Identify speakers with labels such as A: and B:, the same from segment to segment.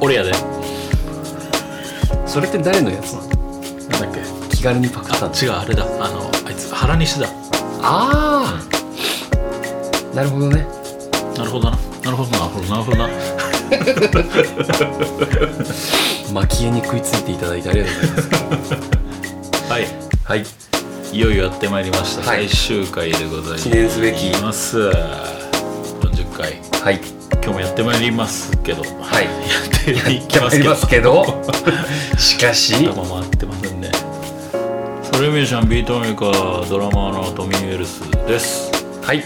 A: 俺やで
B: それって誰のやつなの
A: なんだっけ
B: 気軽にパクった
A: あ
B: の
A: 違うあれだあのあいつ原西だ
B: ああなるほどね
A: なるほどななるほどななるほどな
B: 蒔絵に食いついていただいてありがとうございます
A: はい
B: はい
A: いよいよやってまいりました、
B: はい
A: 最終回でございます
B: 記念すべき
A: ます40回
B: はい
A: 今日もやってまいりますけどはいやっていき
B: や
A: ま
B: って
A: すけ
B: り
A: ど
B: ますけどしかし
A: 頭回ってますんでソレミュージシャンビートメーカードラマーのトミー・ウェルスです
B: はい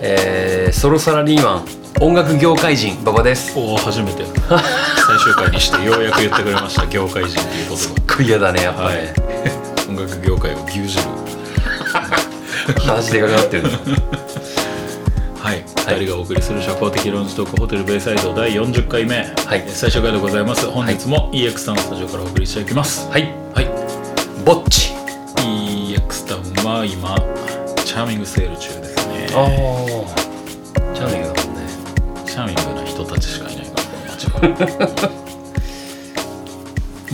B: えー、ソロサラリーマン音楽業界人馬場です
A: おお初めて最終回にしてようやく言ってくれました業界人っていう言葉
B: 食いやだねやっぱね、
A: はい、音楽業界を牛耳る
B: 話でかくなってるんです
A: はい、2人がお送りする社交的論ジトークホテルベイサイド第40回目、
B: はい
A: えー最終回でございます本日も EX タウンスタジオからお送りしていきます
B: はい
A: はい、
B: ぼっち
A: EX タウンは今チャーミングセール中ですね
B: ああチャーミングだもんね
A: チャーミングな人たちしかいないからこの街は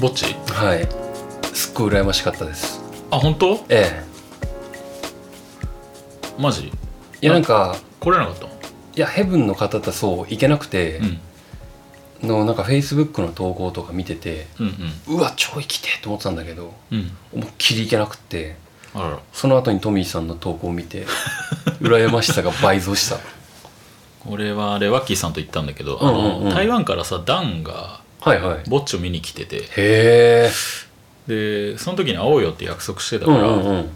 A: ぼっち
B: はいすっごい羨ましかったです
A: あ本当
B: ええ
A: マジ
B: いやなんか
A: 来れなかったの
B: いやヘブンの方とそう行けなくて
A: う、ん
B: のなんかフェイスブックの投稿とか見てて
A: うん
B: うわ超生きてえと思ってたんだけど
A: うんうん
B: 思いっきり行けなくて
A: あらら
B: その後にトミーさんの投稿を見 て羨ましさが倍増した
A: 俺はあれワッキーさんと行ったんだけど、
B: うんうんうん
A: あの台湾からさダンが
B: はいはいへ
A: ぼっちを見に来てて
B: え
A: でその時に会おうよって約束してた
B: う
A: か
B: ん
A: ら、
B: うんうん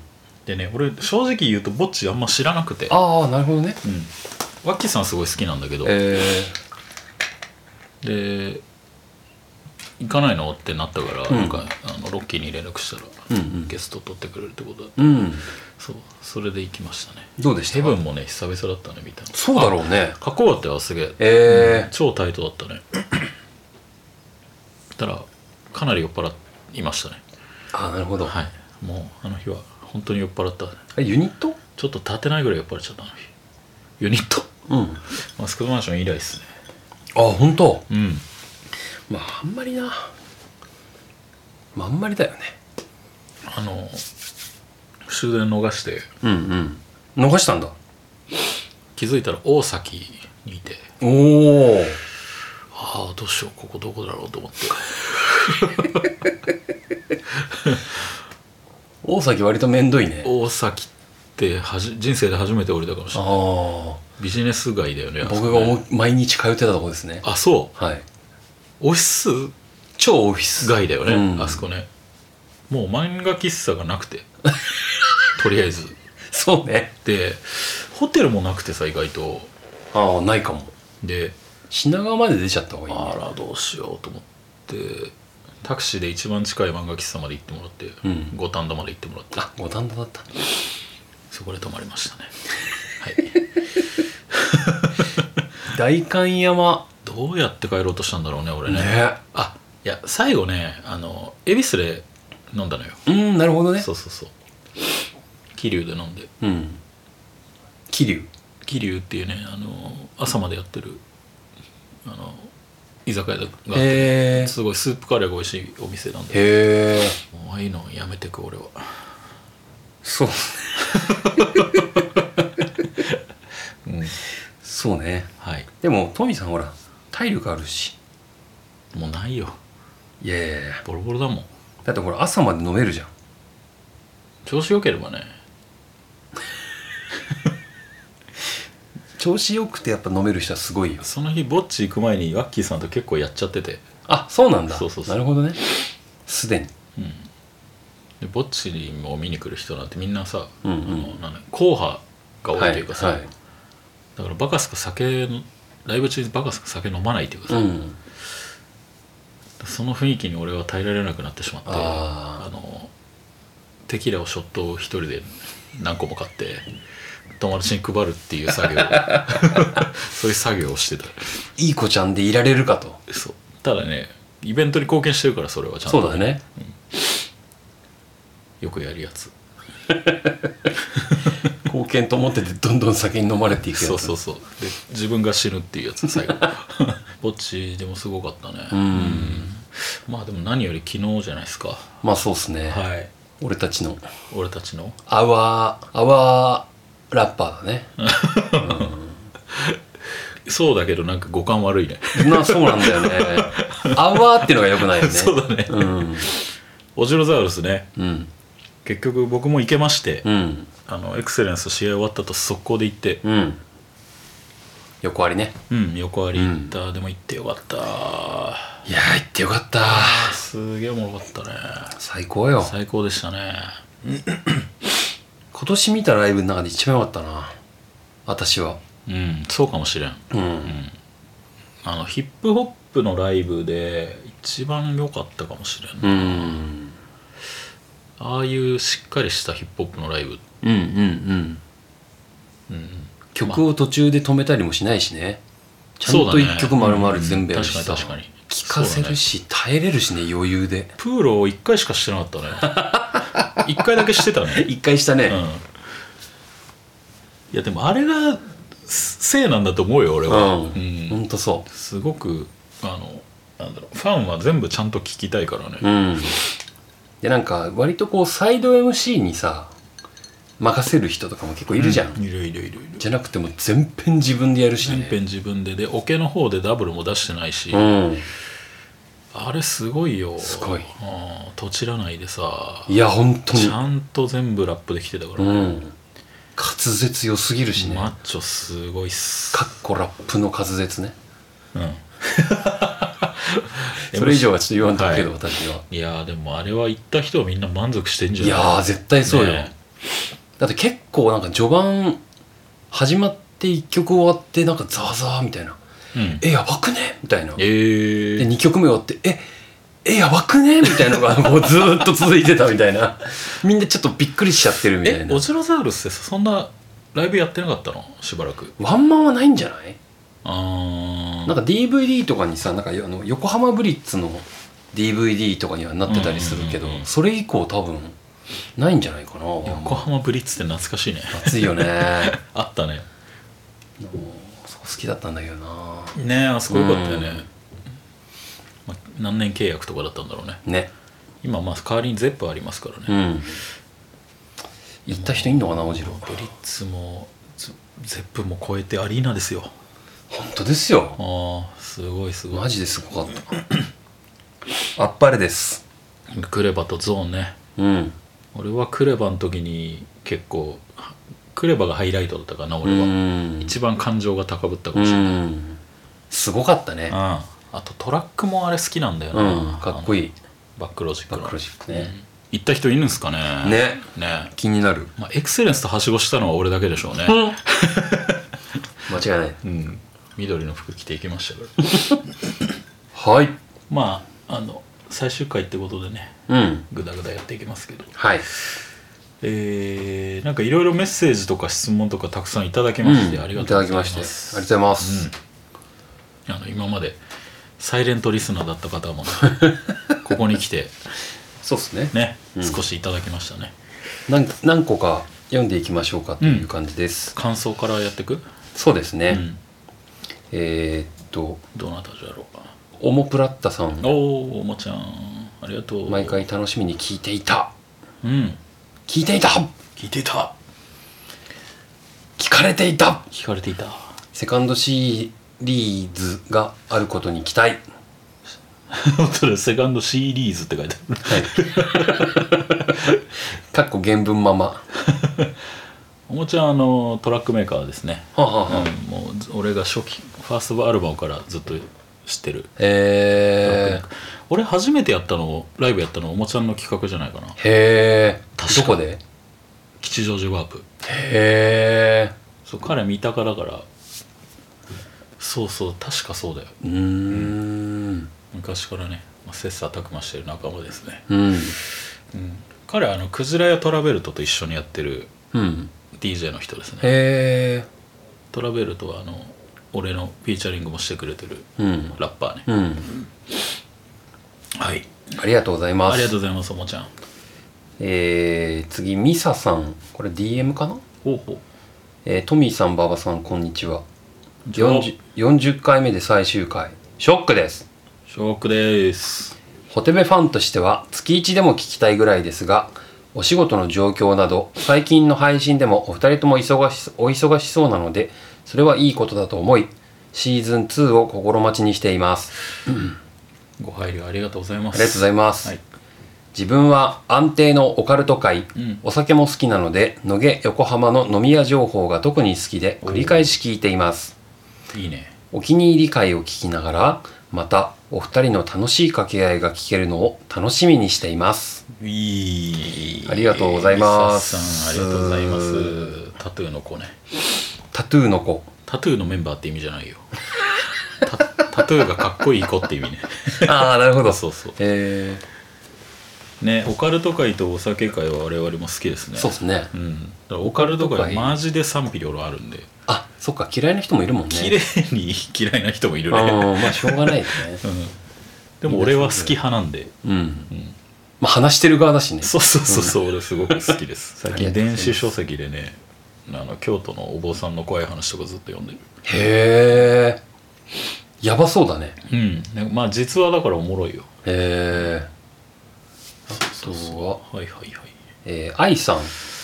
A: でね俺正直言うとぼっちあんま知らなくて
B: ああなるほどね
A: うんワッキーさんすごい好きなんだけど、
B: え
A: で行かないのってなったから、
B: うん
A: なんかあのロッキーに連絡したら、
B: うんうん
A: ゲスト取ってくれるってことだ
B: ー、うん
A: そうそれで行きましたね
B: どうでした
A: ヘブンもね久々だったねみたいな
B: そうだろうね
A: 書こうってはすげえ
B: え
A: 超タイトだったね たらかなり酔っ払いましたね
B: ー、ああなるほど、
A: はいもうあの日は本当に酔っ払ったね
B: あユニット
A: ちょっと立てないぐらい酔っ払っちゃったのにユニット
B: うん
A: マスクドマンション以来ですね
B: あ本当。
A: うん
B: まああんまりなまああんまりだよね
A: あの終電逃して
B: うんうん逃したんだ
A: 気づいたら大崎にいて
B: おお
A: ああどうしようここどこだろうと思って
B: 大崎割と面倒いね
A: 大崎ってはじ人生で初めて降りたかもしれない
B: あ
A: ビジネス街だよね
B: あ僕が
A: あそこ
B: 思
A: ね
B: い毎日通ってたとこですね
A: あそ
B: はいう
A: オフィス
B: 超オフィス
A: 街だよね、
B: うん
A: あそこねもう漫画喫茶がなく てとりあえず
B: そうね
A: でホテルもなくてさ意外と
B: ああないかも
A: で
B: 品川まで出ちゃった方がいい
A: あ
B: ね
A: らどうしようと思ってタクシーで一番近い漫画喫茶まで行ってもらって
B: うん
A: 五反田まで行ってもらって
B: あ五反田だった
A: そこで泊まりましたねはい
B: 代官山
A: どうやって帰ろうとしたんだろうね俺ね
B: ね
A: あいや最後ねあの恵比寿で飲んだのよ
B: うんなるほどね
A: そうそうそう桐生で飲んで
B: うん桐
A: 桐生っていうねあの朝までやってるあの居酒屋があって
B: 生へえ
A: すごいスープカレーが美味しいお店なんで
B: へえ
A: もうああいうのやめてく俺は
B: そう
A: うん
B: そうね
A: はい
B: でもトミーさんほら体力あるし
A: もうないよ
B: いやいやいや
A: ボロボロだもん
B: だってほら朝まで飲めるじゃん
A: 調子良ければね
B: 調子よくてやっぱ飲める人はすごいよ
A: その日ぼっち行く前にワッキーさんと結構やっちゃってて
B: あそうなんだ
A: そうそうそう
B: なるほどねすでに
A: うんでぼっちを見に来る人なんてみんなさ、
B: うんうん
A: あのなんだ硬派が多いというかさ、
B: はいはい
A: だからバカすか酒のライブ中にバカすか酒飲まないというかさ、
B: うん
A: その雰囲気に俺は耐えられなくなってしまって
B: あー
A: あのテキーラをショットを一人で何個も買って友達に配るっていう作業 そういう作業をしてた
B: いい子ちゃんでいられるかと
A: そうただねイベントに貢献してるからそれはちゃんと
B: そうだね
A: よくやるやつ
B: 貢献と思っててどんどん酒に飲まれていくやつ
A: そうそうそうで自分が死ぬっていうやつ最後 ぼっちでもすごかったね
B: うん
A: まあでも何より昨日じゃないですか
B: まあそうっすね、
A: はい
B: 俺たちの
A: 俺たちの
B: アワーアワーラッパーだね
A: そうだけどなんか五感悪いね
B: なそうなんだよ ねアワーっていうのがよくないよね
A: そうだね
B: うん
A: オジロザウルスね
B: うん
A: 結局僕も行けまして、
B: うん
A: あのエクセレンス試合終わったと速攻で行って
B: うん横ありね
A: うん横割り行った、でも行ってよかった
B: いやー行ってよかった
A: すげえおもろかったね
B: 最高よ
A: 最高でしたね
B: 今年見たライブの中で一番良かったな私は
A: うんそうかもしれん
B: うん、
A: あのヒップホップのライブで一番良かったかもしれん、
B: うん、うん
A: ああいうしっかりしたヒップホップのライブ
B: うんうん
A: うん
B: 曲を途中で止めたりもしないしねちゃんと一曲丸々全部やるし
A: そ
B: さ、
A: うだねうん確かに確かに
B: 聞かせるし、耐えれるしね余裕で
A: プールを1回しかしてなかったね1回だけしてたね
B: 一回したね、
A: うんいやでもあれがせいなんだと思うよ俺
B: う
A: は、
B: ん、
A: うん
B: ほんとそ
A: すごくあのなんだろうファンは全部ちゃんと聞きたいからね
B: ううんでなんか割とこうサイド MC にさ任せる人とかも結構いるじゃん、
A: ういるいるいるいる
B: じゃなくても全編自分でやるし
A: 全
B: ね
A: 編自分ででオケの方でダブルも出してないし、
B: うん
A: あれすごいよ
B: すごい
A: うんとちらないでさ
B: いや本当
A: ち
B: に
A: ゃんと全部ラップできてたから、
B: うん滑舌良すぎるしね、
A: マッチョすごいっす
B: かっこラップの滑舌ね
A: うん
B: それ以上はちょっと言わんとくけど、
A: は
B: 私はい
A: やーでもあれは行った人はみんな満足してんじ
B: い
A: ゃない
B: やー絶対そうよ、
A: ね
B: だって結構なんか序盤始まって1曲終わってなんかザワザワみたいな
A: うん
B: 「えやばくね?」みたいな
A: え
B: で
A: ー、
B: 2曲目終わって「ええやばくね?」みたいなのが こうずーっと続いてたみたいなみんなちょっとびっくりしちゃってるみたい
A: え
B: な
A: オジロザウルスってさそんなライブやってなかったのしばらく
B: ワンマンはないんじゃない
A: あー
B: なんか DVD とかにさなんかあの横浜ブリッツの DVD とかにはなってたりするけど、
A: うんうんうんうん
B: それ以降多分ないんじゃないかな
A: 横浜ブリッツって懐かしいね
B: 暑いよね
A: あったね
B: もうそこ好きだったんだけどな
A: ねえあそこよかったよね、
B: うん
A: まあ、何年契約とかだったんだろうね
B: ね
A: 今まあ代わりにゼップありますからね、
B: うん行った人いんのかなおじろ
A: ブリッツもゼゼップも超えてアリーナですよ
B: 本当ですよ
A: ああすごいすご
B: マ
A: い
B: ジですごかった あっぱれです
A: クレバとゾーンね
B: うん
A: 俺はクレバの時に結構クレバがハイライトだったかな
B: う
A: 俺は、
B: ん
A: 一番感情が高ぶったか
B: う
A: もしれない、うん
B: んすごかったね
A: あとトラックもあれ好きなんだよ
B: う
A: な、
B: んかっこ
A: いい
B: いい
A: バックロジック
B: バ
A: の
B: ックロジックね
A: 行った人いるんすかね
B: ね
A: ね
B: 気になる
A: まあ、エクセレンスとはしごしたのは俺だけでしょ うね、
B: 間違いない
A: うん、緑の服着ていきましたから
B: はい
A: まああの最終回ってことでね
B: うん
A: グダグダやっていきますけど
B: はい
A: えー、なんかいろいろメッセージとか質問とかたくさんいただきまして、
B: うん
A: ありが
B: い
A: と
B: た
A: う
B: だ
A: ございま
B: きますしてありがとうございます、
A: あの今までサイレントリスナーだった方も ね、ここに来て
B: そうですね
A: ね、
B: うん
A: 少しいただきましたね
B: 何何個か読んでいきましょうかという感じです、
A: 感想からやってく、
B: そうですね、
A: うん、
B: えーっと
A: どなたじゃろ
B: オモプラッタさん
A: うおおおもちゃんありがとう
B: 毎回楽しみに聞いていた
A: うん
B: 聞いていた
A: 聞いていた
B: 聞かれていた
A: 聞かれていた
B: セカンドシリーズがあることに期待
A: 本当だセカンドシリーズって書いてある
B: はい かっこ原文ままは
A: おもちゃんあのトラックメーカーですね、
B: あ、はあはあ
A: うん、もう俺が初期ファーストアルバムからずっと知ってる
B: え
A: 俺初めてやったのライブやったのおもちゃんの企画じゃないかな
B: ー、へえ
A: 確か
B: どこで
A: 吉祥寺ワープ
B: へえ
A: そう彼三鷹だからそうそう確かそうだよ
B: うーん
A: 昔からね、まあ、切磋琢磨してる仲間ですね、
B: うん
A: うん、彼はあのクジラやトラベルトと一緒にやってる
B: うん、
A: DJ の人ですね
B: へえ
A: トラベルトはあの俺のフィーチャリングもしてくれてる
B: うん
A: ラッパーね
B: うん
A: はい
B: ありがとうございます
A: ありがとうございますおもちゃん
B: えー、次ミサさんこれ DM かな、
A: ほうほう
B: えートミーさん馬場さんこんにちは
A: じゃあ
B: 40, 40回目で最終回ショックです
A: ショックです
B: ホテベファンとしては月1でも聞きたいぐらいですがお仕事の状況など最近の配信でもお二人とも忙しお忙しそうなのでそれはいいことだと思いシーズン2を心待ちにしています
A: ご配慮ありがとうございま
B: あ
A: す
B: りがとうございます、
A: はい
B: 自分は安定のオカルト界、
A: うん
B: お酒も好きなので野毛横浜の飲み屋情報が特に好きで繰り返し聞いています
A: いいね
B: お気に入り会を聞きながらまたお二人の楽しい掛け合いが聞けるのを楽しみにしています
A: いい
B: ありがとうございます
A: さっさんありがとうございますタトゥーの子ね
B: タトゥーの子
A: タトゥーのメンバーって意味じゃないよ タタトゥーがかっこいい子って意味ね
B: あ あなるほど
A: そうそう
B: え
A: ねオカルト界とお酒界は我々も好きです
B: ー、
A: ね
B: そうですね
A: うん、だからオカルト界は
B: オカルト界
A: マジで賛否両論あるんで、
B: あそっか嫌いな人もいるもんね
A: 綺麗に 嫌いな人もいるね、
B: うんまあしょうがないですね
A: うん、でも俺は好き派なんで、
B: うん
A: うん、
B: まあ話してる側だしね
A: そうそうそうそう俺すごく好きです
B: あ
A: 最
B: り
A: 近
B: がとうござい
A: 電
B: ま
A: 子
B: す
A: 書籍でねあの京都のお坊さんの怖い話とかずっと読んでる
B: へえやばそうだね
A: うんねまあ実はだからおもろいよ
B: へえあとは
A: はいはいはい
B: えー、愛さんこ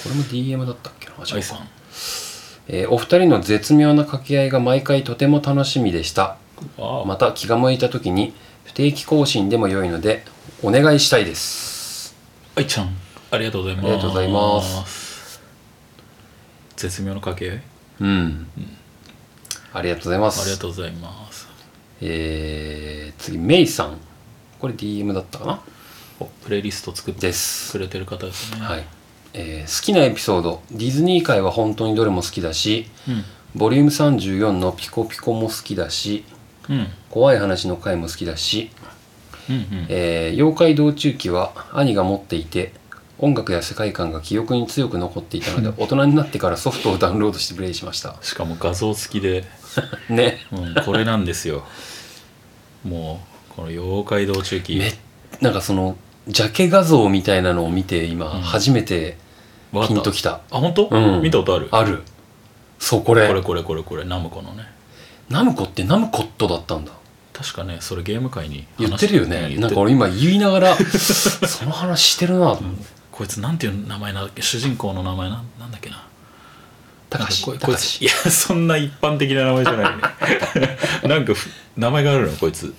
B: れも DM だったっけな
A: 愛さん
B: えーお二人の絶妙な掛け合いが毎回とても楽しみでした
A: ああ、
B: また気が向いた時に不定期更新でも良いのでお願いしたいです
A: 愛ちゃんありがとうございます
B: ありがとうございます
A: 絶妙の掛け合い
B: うん、ありがとうございます
A: ありがとうございます
B: えー次メイさんこれ DM だったかな
A: おプレイリスト作って
B: です
A: くれてる方ですね
B: はい、えー好きなエピソードディズニー界は本当にどれも好きだし
A: うん
B: ボリューム34の「ピコピコ」も好きだし
A: うん
B: 怖い話の回も好きだし
A: うんうん
B: えー妖怪道中記は兄が持っていて音楽や世界観が記憶に強く残ってい たので大人になってからソフトをダウンロードしてプレイしました
A: しかも画像付きで、
B: ね
A: うん、これなんですよもうこの妖怪道中記
B: めなんかそのジャケ画像みたいなのを見て今
A: うん
B: 初めて
A: わ
B: ピ
A: かっ
B: ン
A: た
B: ときた、
A: あ本当、
B: うん
A: 見たことある
B: あるそうこれ
A: これこれこれこれナムコのね
B: ナムコってナムコットだったんだ
A: 確かねそれゲーム界に
B: 言っ
A: 話して
B: るよね
A: 言って
B: なんか俺今言いながら その話してるなと思って
A: こいつなんていう名前なんだっけ主人公の名前なんなんだっけな
B: 高橋
A: なんかこいこ
B: 高
A: いついやそんな一般的な名前じゃないね なんかふ名前があるのこいつ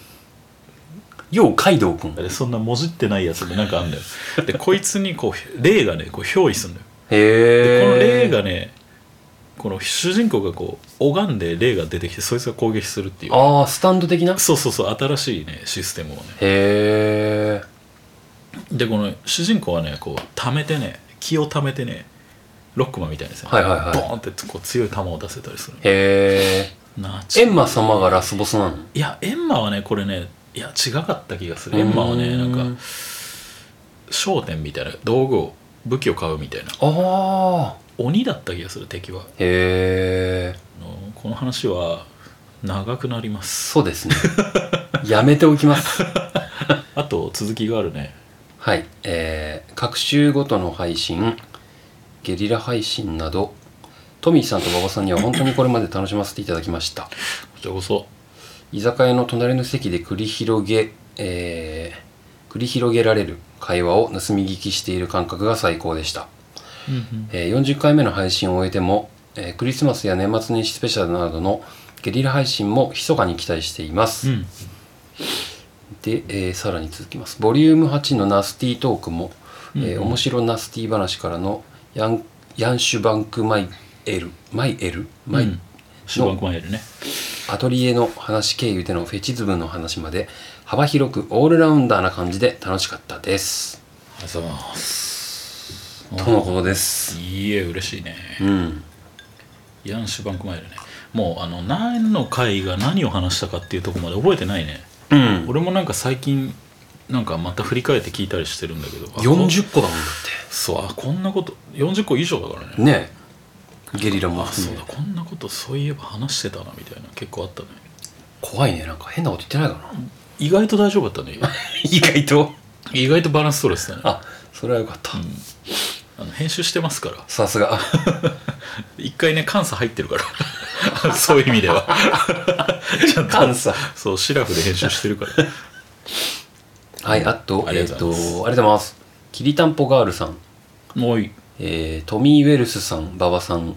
B: 橋ようカイドウ君
A: あれそんなもじってないやつでなんかあんだよでこいつにこう霊がねこう憑依するんだよでこの
B: へえ
A: 霊がねこの主人公がこう拝んで霊が出てきてそいつが攻撃するっていう
B: ああスタンド的なへ
A: そうそうそう新しいねシステムをね
B: え
A: でこの主人公はねこう溜めてね気を溜めてねロックマンみたいですね、
B: はいはいはい
A: ボーンってこう強い球を出せたりする
B: へ
A: なち
B: えエンマ様がラスボスなの
A: いやエンマはねこれねいや違かった気がする
B: うー
A: エ
B: ん
A: ンマはねなんか商店みたいな道具を武器を買うみたいな
B: ああ
A: 鬼だった気がする敵は
B: へえ
A: あのこの話は長くなります
B: そうですねやめておきます
A: あと続きがあるね
B: はいえー、各週ごとの配信ゲリラ配信などトミーさんと馬場さんには本当にこれまで楽しませていただきました
A: こちらこそ
B: 居酒屋の隣の席で繰り広げ、えー繰り広げられる会話を盗み聞きしている感覚が最高でした
A: うんうん
B: えー40回目の配信を終えても、えークリスマスや年末年始スペシャルなどのゲリラ配信も密かに期待しています、
A: うん
B: で、えーさらに続きますボリューム8のナスティトークも、えー
A: うん
B: 面白ナスティ話からのヤンヤンシュバンクマイエルマイエルマイ、
A: うんシュバンクマイエルね
B: アトリエの話経由でのフェチズムの話まで幅広くオールラウンダーな感じで楽しかったです、
A: ありがとうございます
B: とのことです
A: いいえ嬉しいね
B: うん
A: ヤンシュバンクマイルねもうあの何の回が何を話したかっていうところまで覚えてないね
B: うん
A: 俺もなんか最近なんかまた振り返って聞いたりしてるんだけどあ
B: 40個だもん
A: こ
B: だ
A: そうあこんなこと40個以上だから
B: って
A: ね
B: ねえゲリラも
A: あ
B: 含
A: そう
B: め
A: だこんなことそういえば話してたなみたいな結構あったね
B: 怖いねなんか変なこと言ってないかな
A: 意外と大丈夫だったね
B: 意外と
A: 意外とバランス取れてたね
B: あそれはよかった、
A: あの編集してますから
B: さすが
A: 一回ね監査入ってるから そういう意味ではちゃんと
B: 監査
A: そうシラフで編集してるから
B: はいあと
A: あ
B: え
A: り
B: っ、
A: がと
B: と
A: うございます
B: ありがとうございますきりたんぽガールさん
A: もうい
B: えートミー・ウェルスさん、馬場さん、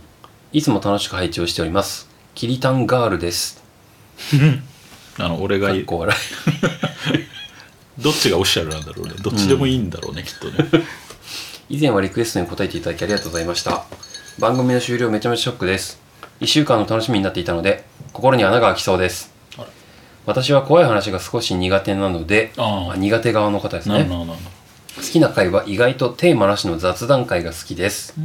B: いつも楽しく拝聴しております。キリタンガールです。
A: あの俺が
B: か
A: い
B: っこ笑
A: どっちがオフィシャルなんだろうねどっちでもいいんだろうね、きっとね
B: い。以前はリクエストに答えていただきありがとうございました。番組の終了めちゃめちゃショックです。1週間の楽しみになっていたので、心に穴が開きそうです
A: あら。
B: 私は怖い話が少し苦手なので、
A: あ
B: あ
A: あ
B: 苦手側の方です
A: なるほ
B: ね。
A: どなるほ
B: 好きな回は意外とテーマなしの雑談会が好きです。
A: ど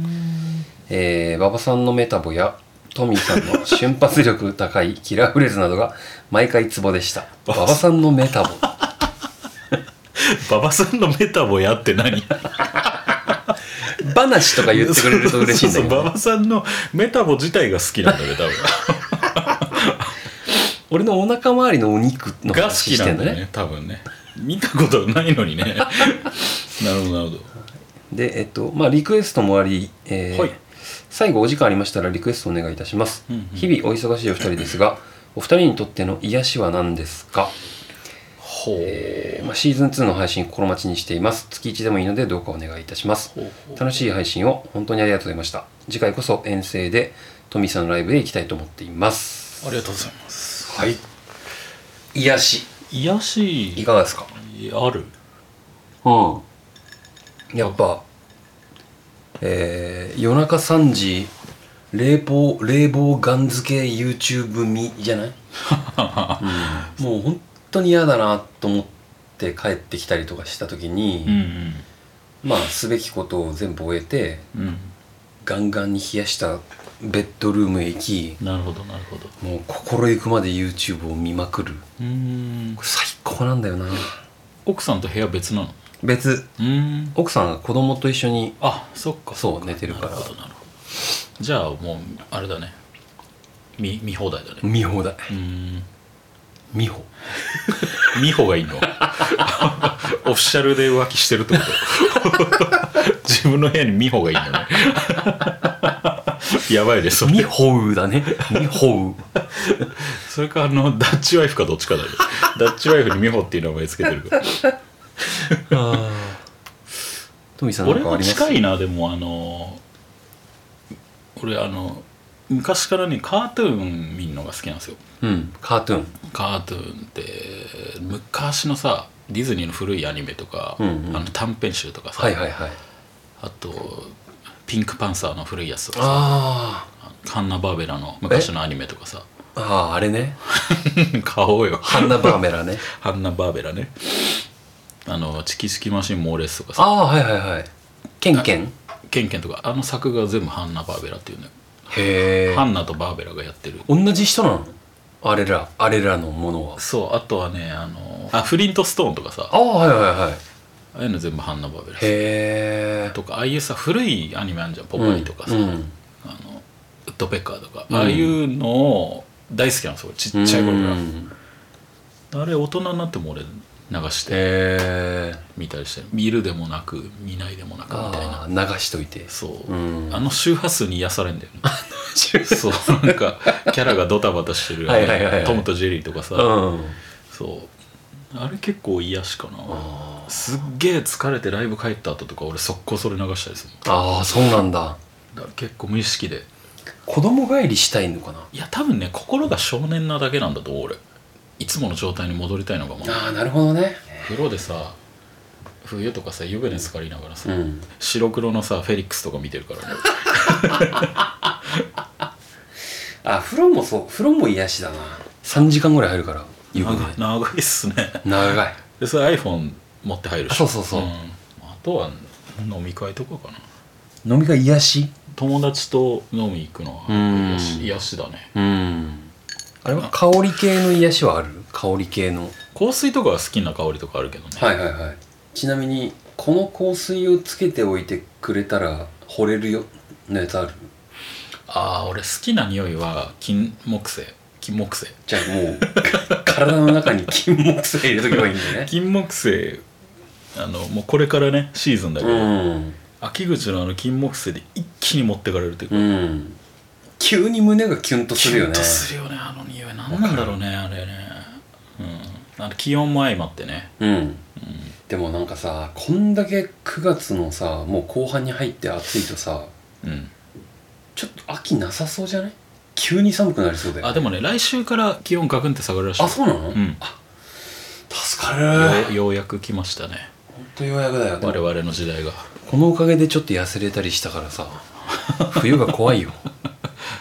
B: えー、馬場さんのメタボやトミーさんの瞬発力高いキラーフレーズなどが毎回ツボでした馬
A: 馬
B: 場
A: 場
B: さんのメタボ
A: 馬場さんのメタボやって何
B: 話とか言ってくれると嬉しいんだけ
A: そうそう
B: ど、
A: 馬場さんのメタボ自体が好きなんだね多分
B: 俺のお腹周りのお肉 の
A: が好
B: 話
A: き
B: し
A: な
B: てん
A: ん
B: だ
A: だ
B: ね
A: ね多分ね見たことないのにね なるほどなるほど
B: でえっとまあリクエストもあり、えー
A: はい
B: 最後お時間ありましたらリクエストお願いいたします、
A: うんうん
B: 日々お忙しいお二人ですがお二人にとっての癒しは何ですか、
A: ほう、
B: えーまあ、シーズン2の配信心待ちにしています月1でもいいのでどうかお願いいたします
A: ほうほう
B: 楽しい配信を本当にありがとうございました次回こそ遠征でトミーさんのライブへ行きたいと思っています
A: ありがとうございます
B: はい癒し
A: 癒し
B: いかがですか
A: ある
B: うんやっぱえー夜中3時冷房冷房ガン付け YouTube 見じゃ ない、うんもう本当に嫌だなと思って帰ってきたりとかした時に、
A: うん
B: まあすべきことを全部終えて
A: うんうん
B: ガンガンに冷やしたベッドルームへ行き
A: なるほどなるほど
B: もう心ゆくまで YouTube を見まくる
A: うーん
B: これ最高なんだよな
A: 奥さんと部屋別なの
B: 別
A: うーん
B: 奥さんが子供と一緒に
A: あそっか
B: そ
A: そ
B: う
A: っ
B: 寝てるから
A: なるほどなるほどじゃあもうあれだね見見放題だねう
B: 見放題
A: ーん
B: 見放
A: 見放がいいの オフィシャルで浮気してるってこと 自分の部屋に見放がいいのねやばいですそれ
B: 見放 だね見放
A: それかあのダッチワイフかどっちかだよダッチワイフに美穂っていう名前つけてるから
B: トミさんな
A: 俺
B: んかあ
A: も
B: ります
A: 近いなでもあの俺あの昔からねカートゥーン見るのが好きなんですよ
B: うんカートゥーン
A: カートゥーンって昔のさディズニーの古いアニメとか、
B: うんうん
A: あの短編集とかさ、
B: はいはいはい
A: あとピンクパンサーの古いやつとかさ
B: あー
A: カンナ・バーベラの昔のアニメとかさ
B: あーあれね
A: 買おうよ
B: ハンナ・バーメラね
A: ハンナ・バーベラねあのチキチキマシンモーレスとかさ
B: ああはいはいはいケンケン
A: ケンケンとかあの作画全部ハンナ・バーベラっていうのよ
B: へえ
A: ハンナとバーベラがやってる
B: 同じ人なのあれらあれらのものは
A: そうあとはねあのあフリントストーンとかさあ
B: ああはいはいはい
A: あいうの全部ハンナ・バーベラ
B: へえ
A: とかああいうさ古いアニメあんじゃんポパイとかさ、
B: うんうん
A: あのウッドペッカーとか、
B: うん
A: ああいうのを大好きなんですよちっちゃい頃
B: う
A: か
B: ん
A: らあれ大人になっても俺流して
B: へえ
A: 見たりしてる見るでもなく見ないでもなくみたいな
B: ああ流しといて
A: そう、
B: ん
A: あの周波数に癒されん だよねそうなんかキャラがドタバタしてる、
B: はいはいはいはい
A: トムとジェリーとかさ、
B: うん
A: そうあれ結構癒しかな
B: あ
A: すっげえ疲れてライブ帰った後とか俺速攻それ流したりする
B: あーそうなんだ
A: だから結構無意識で
B: 子供帰りしたいのかない
A: や多分ね心が少年なだけなんだと思う俺いつもの状態に戻りたいのがまあ
B: ああなるほどね
A: 風呂でさ冬とかさ湯船浸かりながらさ、
B: うん
A: 白黒のさフェリックスとか見てるからね
B: あ風呂もそう風呂も癒しだな3時間ぐらい入るから湯船
A: 長い長いっすね
B: 長い
A: でそれ iPhone 持って入るし
B: あそうそうそうん
A: あとは飲み会とかかな
B: 飲みが癒し
A: 友達と飲み行くのは
B: うん
A: 癒し癒しだね
B: うんあれは香り系の癒しはある香り系の
A: 香水とかは好きな香りとかあるけどね、
B: はいはいはいちなみにこの香水をつけておいてくれたら惚れるよのやつある
A: ああ俺好きな匂いは金木犀金木犀
B: じ ゃ あもう体の中に金木犀入れとけばいいんだね
A: 金木犀あのもうこれからねシーズンだけ
B: う
A: ど、
B: ん
A: 秋口のあの金木犀で一気に持ってかれるというか、
B: うん急に胸がキュンとするよね
A: キュンとするよねあの匂い何なんだろうねあれね、うん、あの気温も相まってね
B: うんでもなんかさこんだけ9月のさもう後半に入って暑いとさ
A: うん、
B: ちょっと秋なさそうじゃない急に寒くなりそうだよ
A: あでもね来週から気温ガクンって下がるらしい
B: あそうなの、
A: うん
B: 助かる
A: ようようやく来ましたね
B: 本当ようやくだよで
A: 我
B: も
A: 々の時代が
B: このおかげでちょっと痩せれたりしたからさ冬が怖いよ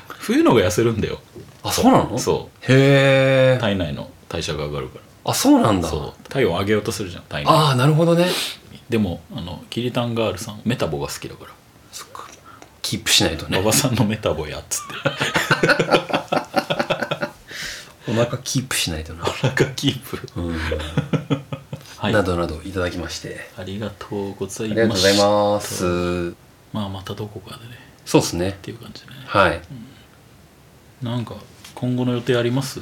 A: 冬のが痩せるんだよ
B: あそうなの
A: そ
B: へ
A: う
B: え
A: 体内の代謝が上がるか
B: あそうなん
A: ら
B: だ
A: そう体温上げようとするじゃん体内
B: ああなるほどね
A: でもあのキリタンガールさんメタボが好きだから
B: そっかキープしないと
A: 馬
B: ね
A: 場さんのメタボやっつって
B: お腹キープしないとな、
A: なんかキープ
B: うん
A: はい
B: などなどいただきまして
A: ありがとうござ
B: あ
A: い
B: りがと
A: ま
B: うご
A: す
B: ざいます
A: まあまたどこかでね
B: そうっすね
A: っていう感じでね
B: はい
A: なんか今後の予定あります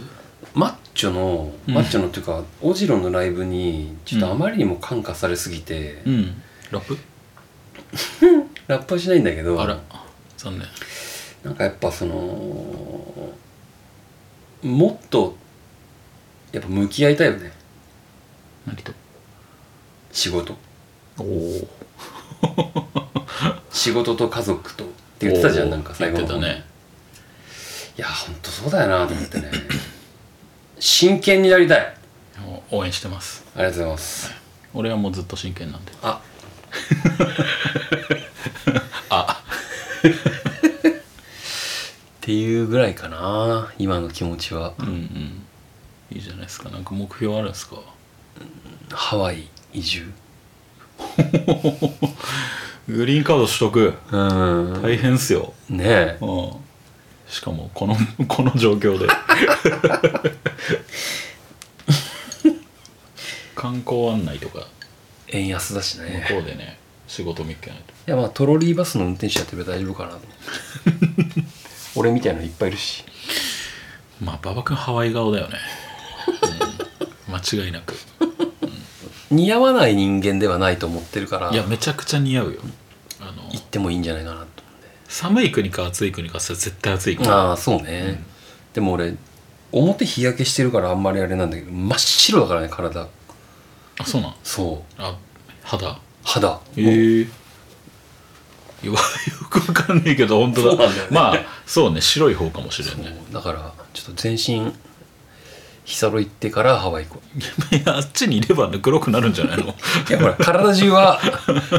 B: マッチョの、
A: うん
B: マッチョのっていうかオジロのライブにちょっとあまりにも感化されすぎて、
A: うんラップ
B: ラップはしないんだけど
A: あら残念
B: なんかやっぱそのもっとやっぱ向き合いたいよね
A: 何と
B: 仕事
A: おお
B: 仕事と家族とって言ってたじゃんなんか最後
A: 言
B: の
A: って
B: 方
A: た
B: に
A: ね
B: いやほんとそうだよなと思ってね真剣になりたいあ
A: 応援してます
B: りがとうございます
A: 俺はもうずっと真剣なんで
B: あ
A: あ
B: っていうぐらいかな今の気持ちは
A: うんうんいいじゃないですかなんか目標あるんですか
B: ハワイ移住
A: グリーンカード取得
B: うん
A: 大変っすよ、
B: ねえ
A: うん、しかもこの この状況で 観光案内とか
B: 円安だしね
A: 向こうでね仕事見っけないと
B: いやまあトロリーバスの運転手やってれば大丈夫か なと俺みたいのいっぱいいるし
A: まあ馬場君ハワイ顔だよね、うん間違いなく
B: 似合わない人間ではないと思ってるから
A: いやめちゃくちゃ似合うよあの
B: 行ってもいいんじゃないかなと
A: 寒い国か暑い国かそれ絶対暑い国
B: ああそうね、でも俺表日焼けしてるからあんまりあれなんだけど真っ白だからね体
A: あそうなん
B: そう
A: あ肌
B: 肌
A: ええよくわかんねえけど本当だ
B: そうなんだよね
A: まあそうね白い方かもしれん
B: そう
A: ね
B: だからちょっと全身日サロ行ってからハワイ行こう
A: いやあっちにいれば、ね、黒くなるんじゃないの
B: いやほら体中は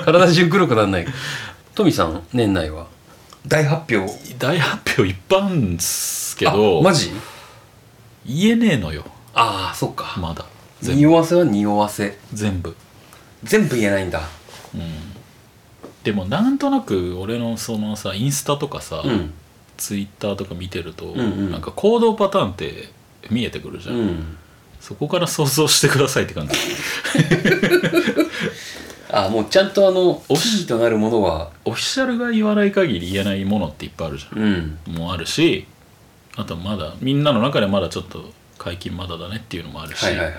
B: 体中黒くなんないトミさん年内は大発表
A: 大発表いっぱいあるんすけ
B: け
A: ど
B: マジ
A: 言えねえのよ
B: ああそっか、
A: まだ全部
B: 匂わせは匂わせ
A: 全部
B: 全部言えないんだ
A: うんでもなんとなく俺のそのさインスタとかさ、
B: うん
A: ツイッターとか見てると、
B: んうん
A: なんか行動パターンって見えてくるじゃ、
B: うんん
A: そこから想像してくださいって 感じ
B: あもうちゃんとあの
A: お
B: キーとなるものは
A: オフィシャルが言わない限り言えないものっていっぱいあるじゃん
B: うん
A: もあるしあとまだみんなの中でまだちょっと解禁まだだねっていうのもあるし、
B: はいはいはい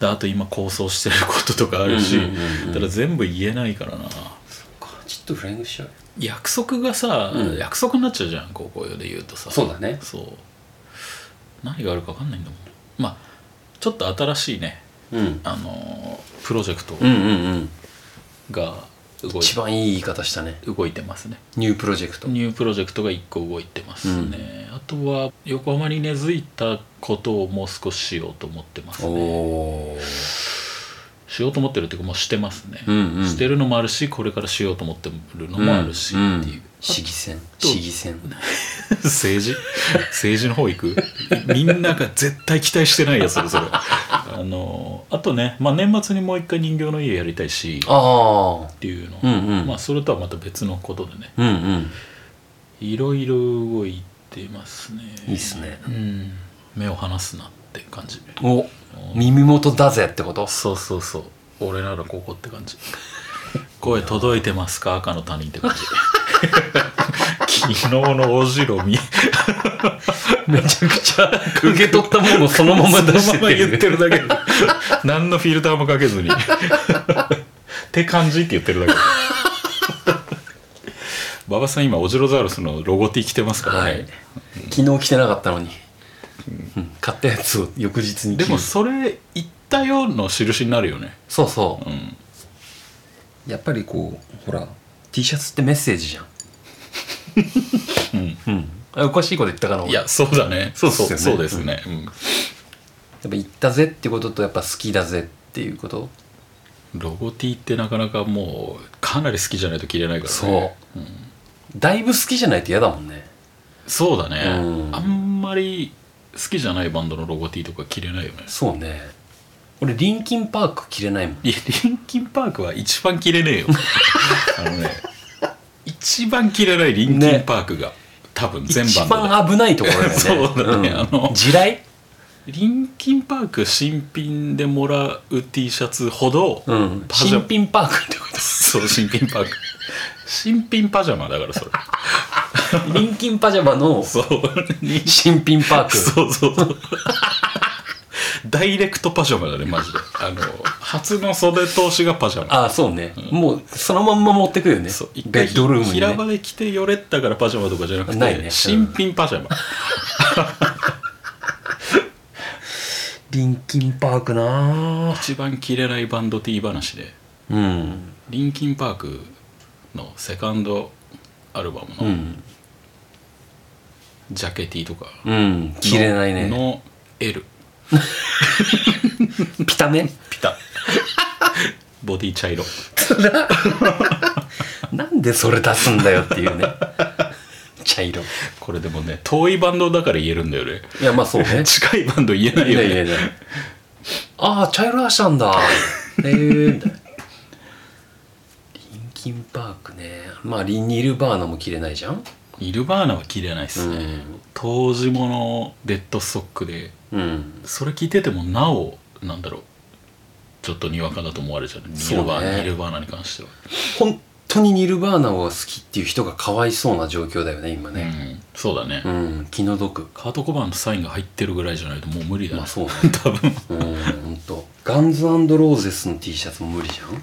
A: であと今構想してることとかあるし、
B: うんうんうんうん
A: ただ全部言えないからな
B: ちょっとフライングしちゃう
A: 約束がさ、
B: うん
A: 約束になっちゃうじゃん高校で言うとさ
B: そうだね
A: そう何があるか分かんないんだもんまあちょっと新しいね
B: うん
A: あのープロジェクト
B: うんうんうん
A: が動い
B: 一番いい言い方したね
A: 動いてますね
B: ニュープロジェクト
A: ニュープロジェクトが1個動いてますね、あとは横浜に根付いたことをもう少ししようと思ってますね
B: おー
A: しようと思ってるっていうかもうしてますね、
B: うんうん
A: してるのもあるしこれからしようと思ってるのもあるしっていう、
B: んん市議選
A: と
B: 市議選
A: 政治 政治の方行くみんなが絶対期待してないやつだそれあのあとね、まあ、年末にもう一回人形の家やりたいしっ
B: ああ
A: ていうの、
B: うんうん
A: まあ、それとはまた別のことでね
B: うんうん
A: いろいろ動いてますね
B: いいっすね
A: うん目を離すなって感じ
B: お耳元だぜってこと
A: そうそうそう俺ならここって感じ声届いて ますか赤の他人って感じ昨日の大白見
B: めちゃくちゃ受け取ったものをそのまま出して
A: そのまま言ってるだけで何のフィルターもかけずにって感じって言ってるだけで馬場さん今オジロザウルスのロゴ T 着てますから
B: は
A: ね、
B: い昨日着てなかったのに、うん買ったやつを翌日に着
A: で
B: る
A: もそれ「行ったよ」の印になるよね
B: そうそううんやっぱりこうほら T シャツってメッセージじゃ ん
A: うん
B: うんあおかしいこと言ったかない
A: い
B: や
A: やそうだね
B: そうっすよね
A: そうですね、うん
B: っぱ行ったぜってこととやっぱ好きだぜっていうこと
A: ロゴ T ってなかなかもうかなり好きじゃないと着れないからね
B: そう、
A: うん
B: だいぶ好きじゃないと嫌だもんね
A: そうだね、
B: うん
A: あんまり好きじゃないバンドのロゴ T とか着れないよね
B: そうね俺リンキンパーク着れないもん
A: いやリンキンパークは一番着れねえ よあのね一番着れないリンキンパークが、多分全
B: 一
A: バンドで
B: 番危ないところだよね
A: そうだね
B: ん
A: あの
B: 地雷
A: リンキンパーク新品でもらう T シャツほど、
B: うん
A: パジャ
B: 新
A: マ
B: 品パークってこ
A: そう新品パーク新品パジャマだから それ
B: とリンキンパジャマの
A: そうリン
B: 新品パーク
A: そうそうそう。ダイレクトパジャマだね、マジで。あの、初の袖通しがパジャマ。
B: ああそうね、もうそのまんま持ってくよね
A: そう一
B: ベ
A: 回
B: ッドルームに、
A: 平場
B: ね、
A: で着てよれったからパジャマとかじゃなくて
B: ないね
A: 新品パジャマ、
B: リンキンパークなあ
A: 一番着れないバンド T 話で
B: うん
A: リンキンパークのセカンドアルバム
B: う
A: の
B: ん
A: ジャケ T とか
B: うん着れないね
A: の L
B: ピタメ
A: ピタボディ茶色
B: なんでそれ出すんだよってい うね茶色
A: これでもね遠いバンドだから言えるんだよね
B: いやまあそう ね
A: 近いバンド言えない
B: い
A: よ
B: や
A: ね
B: いやいやああ茶色出したんだへえー、みたいなリンキンパークねまあリニルバーナも着れないじゃん
A: ニルバーナは着れないっすね、
B: うん
A: 当時ものデッドストックで
B: うん
A: それ聞いててもなおなんだろうちょっとにわかだと思われちゃうねニ
B: そうね
A: ルバーナ、ニルバーナに関しては、
B: 本当にニルバーナを好きっていう人がかわいそうな状況だよね今
A: う
B: ね
A: ん、そうだね、
B: うん、気の毒
A: カート・コバーンのサインが入ってるぐらいじゃないともう無理だね、
B: まあそうね
A: 多分
B: うんほんとガンズローゼスの T シャツも無理じゃん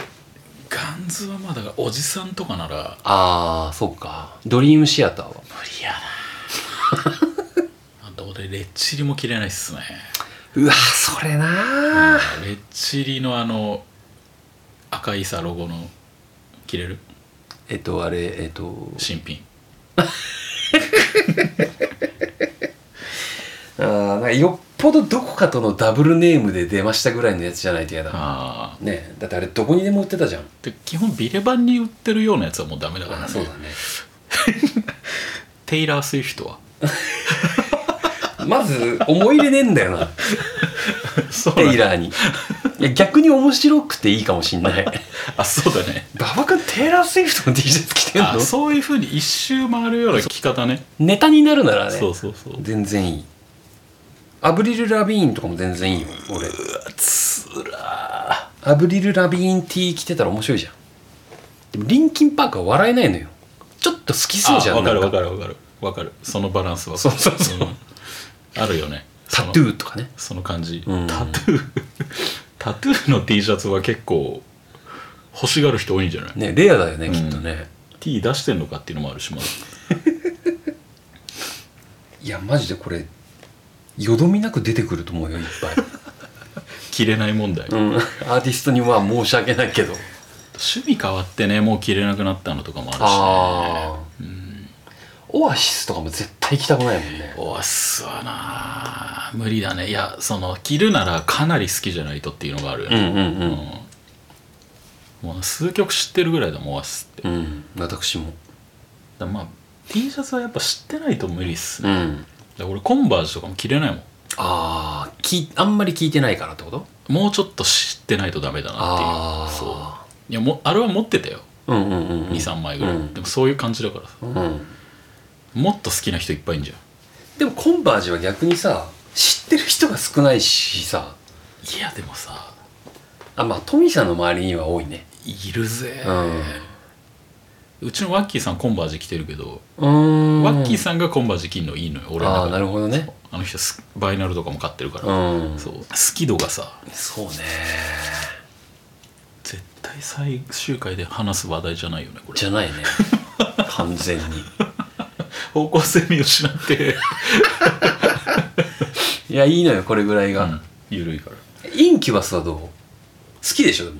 A: ガンズはまだおじさんとかなら
B: ああそうかドリームシアターは
A: 無理やな あと俺レッチリも着れないっすね
B: うわそれなー
A: レッチリのあの赤いさロゴの着れる
B: えっとあれえっと
A: 新品
B: あーなんかよっぽどどこかとのダブルネームで出ましたぐらいのやつじゃないと嫌だ
A: ああ
B: ねえだってあれどこにでも売ってたじゃん
A: で基本ビレ版に売ってるようなやつはもうダメだからね
B: あそうだね
A: テイラー・スウィフ トは
B: まず思い入れねえん だよな
A: そう
B: テ
A: だね
B: イラーにいや逆に面白くていいかもしんない
A: あそうだね
B: 馬場君テイラー・スウィフトの T シャツ着てん
A: あ
B: の
A: そういうふうに一周回るような着方ね
B: ネタになるならね
A: そうそうそう
B: 全然いいアブリル・ラビーンとかも全然いいよ俺
A: つら
B: アブリル・ラビーン T 着てたら面白いじゃんでもリンキンパークは笑えないのよちょっと好きそうじゃん
A: わかる
B: なん
A: わかるわかるわかるそのバランスは
B: そうそうそうん
A: あるよね
B: タト
A: ー
B: ゥーとかね
A: その感じ
B: うん
A: タトゥー タトゥーの T シャツは結構欲しがる人多いんじゃない、
B: ねレアだよね、
A: うん
B: きっとね
A: T 出してんのかっていうのもあるしまだ
B: いやマジでこれよどみなく出てくると思うよいっぱい、
A: 着れない問題、
B: うん、アーティストには申し訳ないけど
A: 趣味変わってねもう着れなくなったのとかもあるし、ね、
B: ああ、オアシスとかも絶対行きたくないもんね
A: オアシスはなあ無理だねいやその着るならかなり好きじゃないとっていうのがあるよ
B: う
A: ね、
B: んうんうん、
A: うんもう数曲知ってるぐらいだもんオアシスってだか
B: うん、私も
A: らまあ T シャツはやっぱ知ってないと無理っす
B: う
A: ね、
B: ん
A: だから俺コンバージとかも着れないもん
B: ああきあんまり聞いてないからってこと
A: もうちょっと知ってないとダメだな
B: あ
A: っ
B: あ
A: ていうそういやもうあれは持ってたよ
B: うんうんうんうん
A: 23枚ぐらい、
B: うん
A: でもそういう感じだからさ
B: うん
A: もっと好きな人いっぱいいんじゃん
B: でもコンバージは逆にさ知ってる人が少ないしさ
A: いやでもさ
B: あまあトミさんの周りには多いね
A: いるぜ、
B: うん
A: うちのワッキーさんコンバージ着てるけど、
B: うーん
A: ワッキーさんがコンバージ着んのいいのよ俺の
B: あ
A: 中
B: あー
A: で
B: なるほどね
A: あの人スバイナルとかも買ってるから、
B: うん
A: そう好き度がさ
B: そうね
A: 絶対最終回で話す話題じゃないよねこれ
B: じゃ ないね完全に
A: 方向性見失って、
B: いやいいのよこれぐ らいうが、
A: ん、緩いから好
B: インキュバスはどう好きでしょでも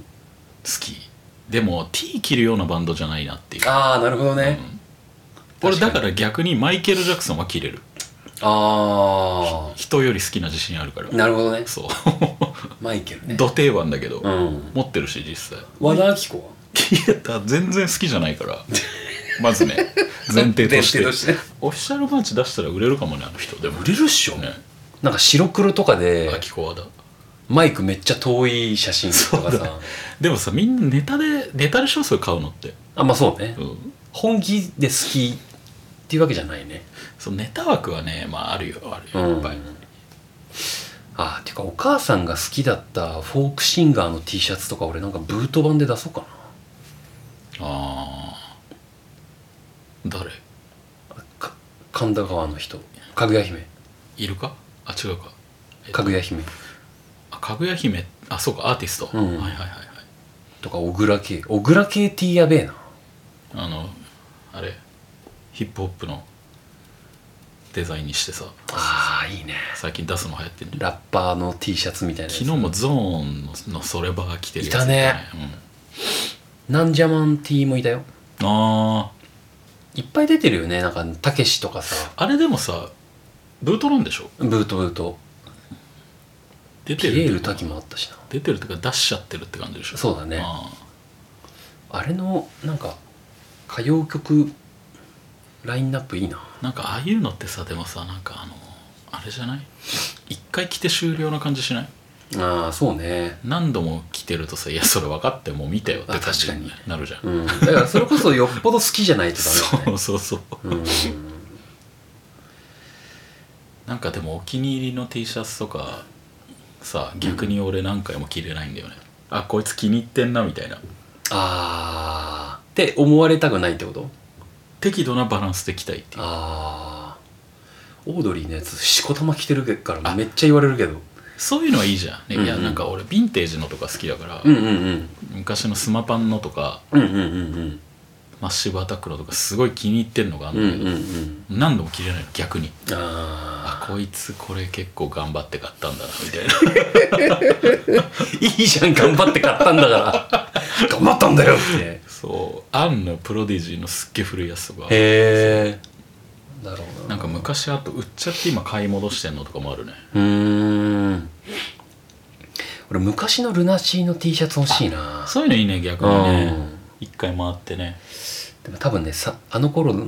A: きでも T 切るようなバンドじゃないなっていう
B: ああなるほどね、
A: 俺
B: 確か
A: だ
B: に
A: から逆にマイケル・ジャクソンは切れる
B: あ
A: 人より好きな自信あるから
B: あなるほどね
A: そう
B: マイケ ルね
A: 土定番だけど、
B: うん
A: 持ってるし実際
B: 和田アキ子は
A: 消えた全然好きじゃないからま ずね前提として
B: 前提として
A: オフィシャルマーチ出したら売れるかもねあの人でも
B: 売れるっしょ
A: ね
B: なんか白黒とかで
A: アキコワだ
B: マイクめっちゃ遠い写真とか
A: そうだ
B: さ
A: でもさみんなネタでネタで少数買うのって、
B: あまあそうね
A: うん、
B: 本気で好きっていうわけじゃないね
A: そのネタ枠はねまああるよある
B: う
A: よ
B: ん
A: いっぱい、
B: あーていうかお母さんが好きだったフォークシンガーの T シャツとか俺なんかブート版で出そうかな
A: あー誰
B: か神田川の人かぐや姫
A: いるかあ違うかえ
B: かぐや姫
A: あかぐや姫あそうかアーティスト、
B: うん
A: はいはいはいはい
B: とか小倉系小倉系 T やべえな
A: あのあれヒップホップのデザインにしてさ
B: あーいいね
A: 最近出すの流行ってる
B: ラッパーの T シャツみたいなやつ
A: 昨日もゾーンののそれバー着てる
B: いたね
A: うん
B: なんじゃマン T もいたよ
A: あ
B: いっぱい出てるよねなんかたけしとかさ
A: ああれでもさブートなんでしょ
B: ブートブート
A: 出て
B: ピエー
A: る
B: ル
A: って
B: 滝もあったしな
A: 出てるとか出しちゃってるって感じでしょ
B: そうだね
A: あ
B: あれのなんか歌謡曲ラインナップいいな
A: ーなんかああいうのってさでもさなんかあのあれじゃない一回着て終了な感じしない
B: ああそうね
A: 何度も着てるとさ「いやそれ分かってもう見たよ」って
B: あ
A: 感じ
B: 確
A: に
B: か
A: なるじゃん、
B: うんだからそれこそよっぽど好きじゃないとダメだ
A: そ
B: ね
A: うそう そう
B: うん
A: なんかでもお気に入りの T シャツとかさ逆に俺何回も着れないんだよね、あこいつ気に入ってんなみたいな
B: ああって思われたくないってこと
A: 適度なバランスで着たいっていう
B: ああオードリーのやつしこたま着てるからめっちゃ言われるけど
A: そういうのはいいじゃん、ね
B: うんうん
A: いやなんか俺ヴィンテージのとか好きだから、
B: うんうんうん
A: 昔のスマパンのとか
B: うんうんうん
A: マッシブアタックのとかすごい気に入ってんのがあ
B: うんう
A: るんだ
B: ん
A: け
B: うん
A: ど、
B: うん
A: 何度も着れないの逆に
B: あ
A: あこいつこれ結構頑張って買ったんだなみたい な
B: ーいいじゃん頑張って買ったんだから頑張ったんだよって
A: そうアンのプロディジーのすっげえ古いやつとか
B: へえだろう
A: なんか昔あと売っちゃって今買い戻してんのとかもあるね
B: うーん俺昔のルナシーの T シャツ欲しいな
A: そういうのいいね逆にね
B: うん
A: 一回回ってね
B: でも多分ねさあの頃の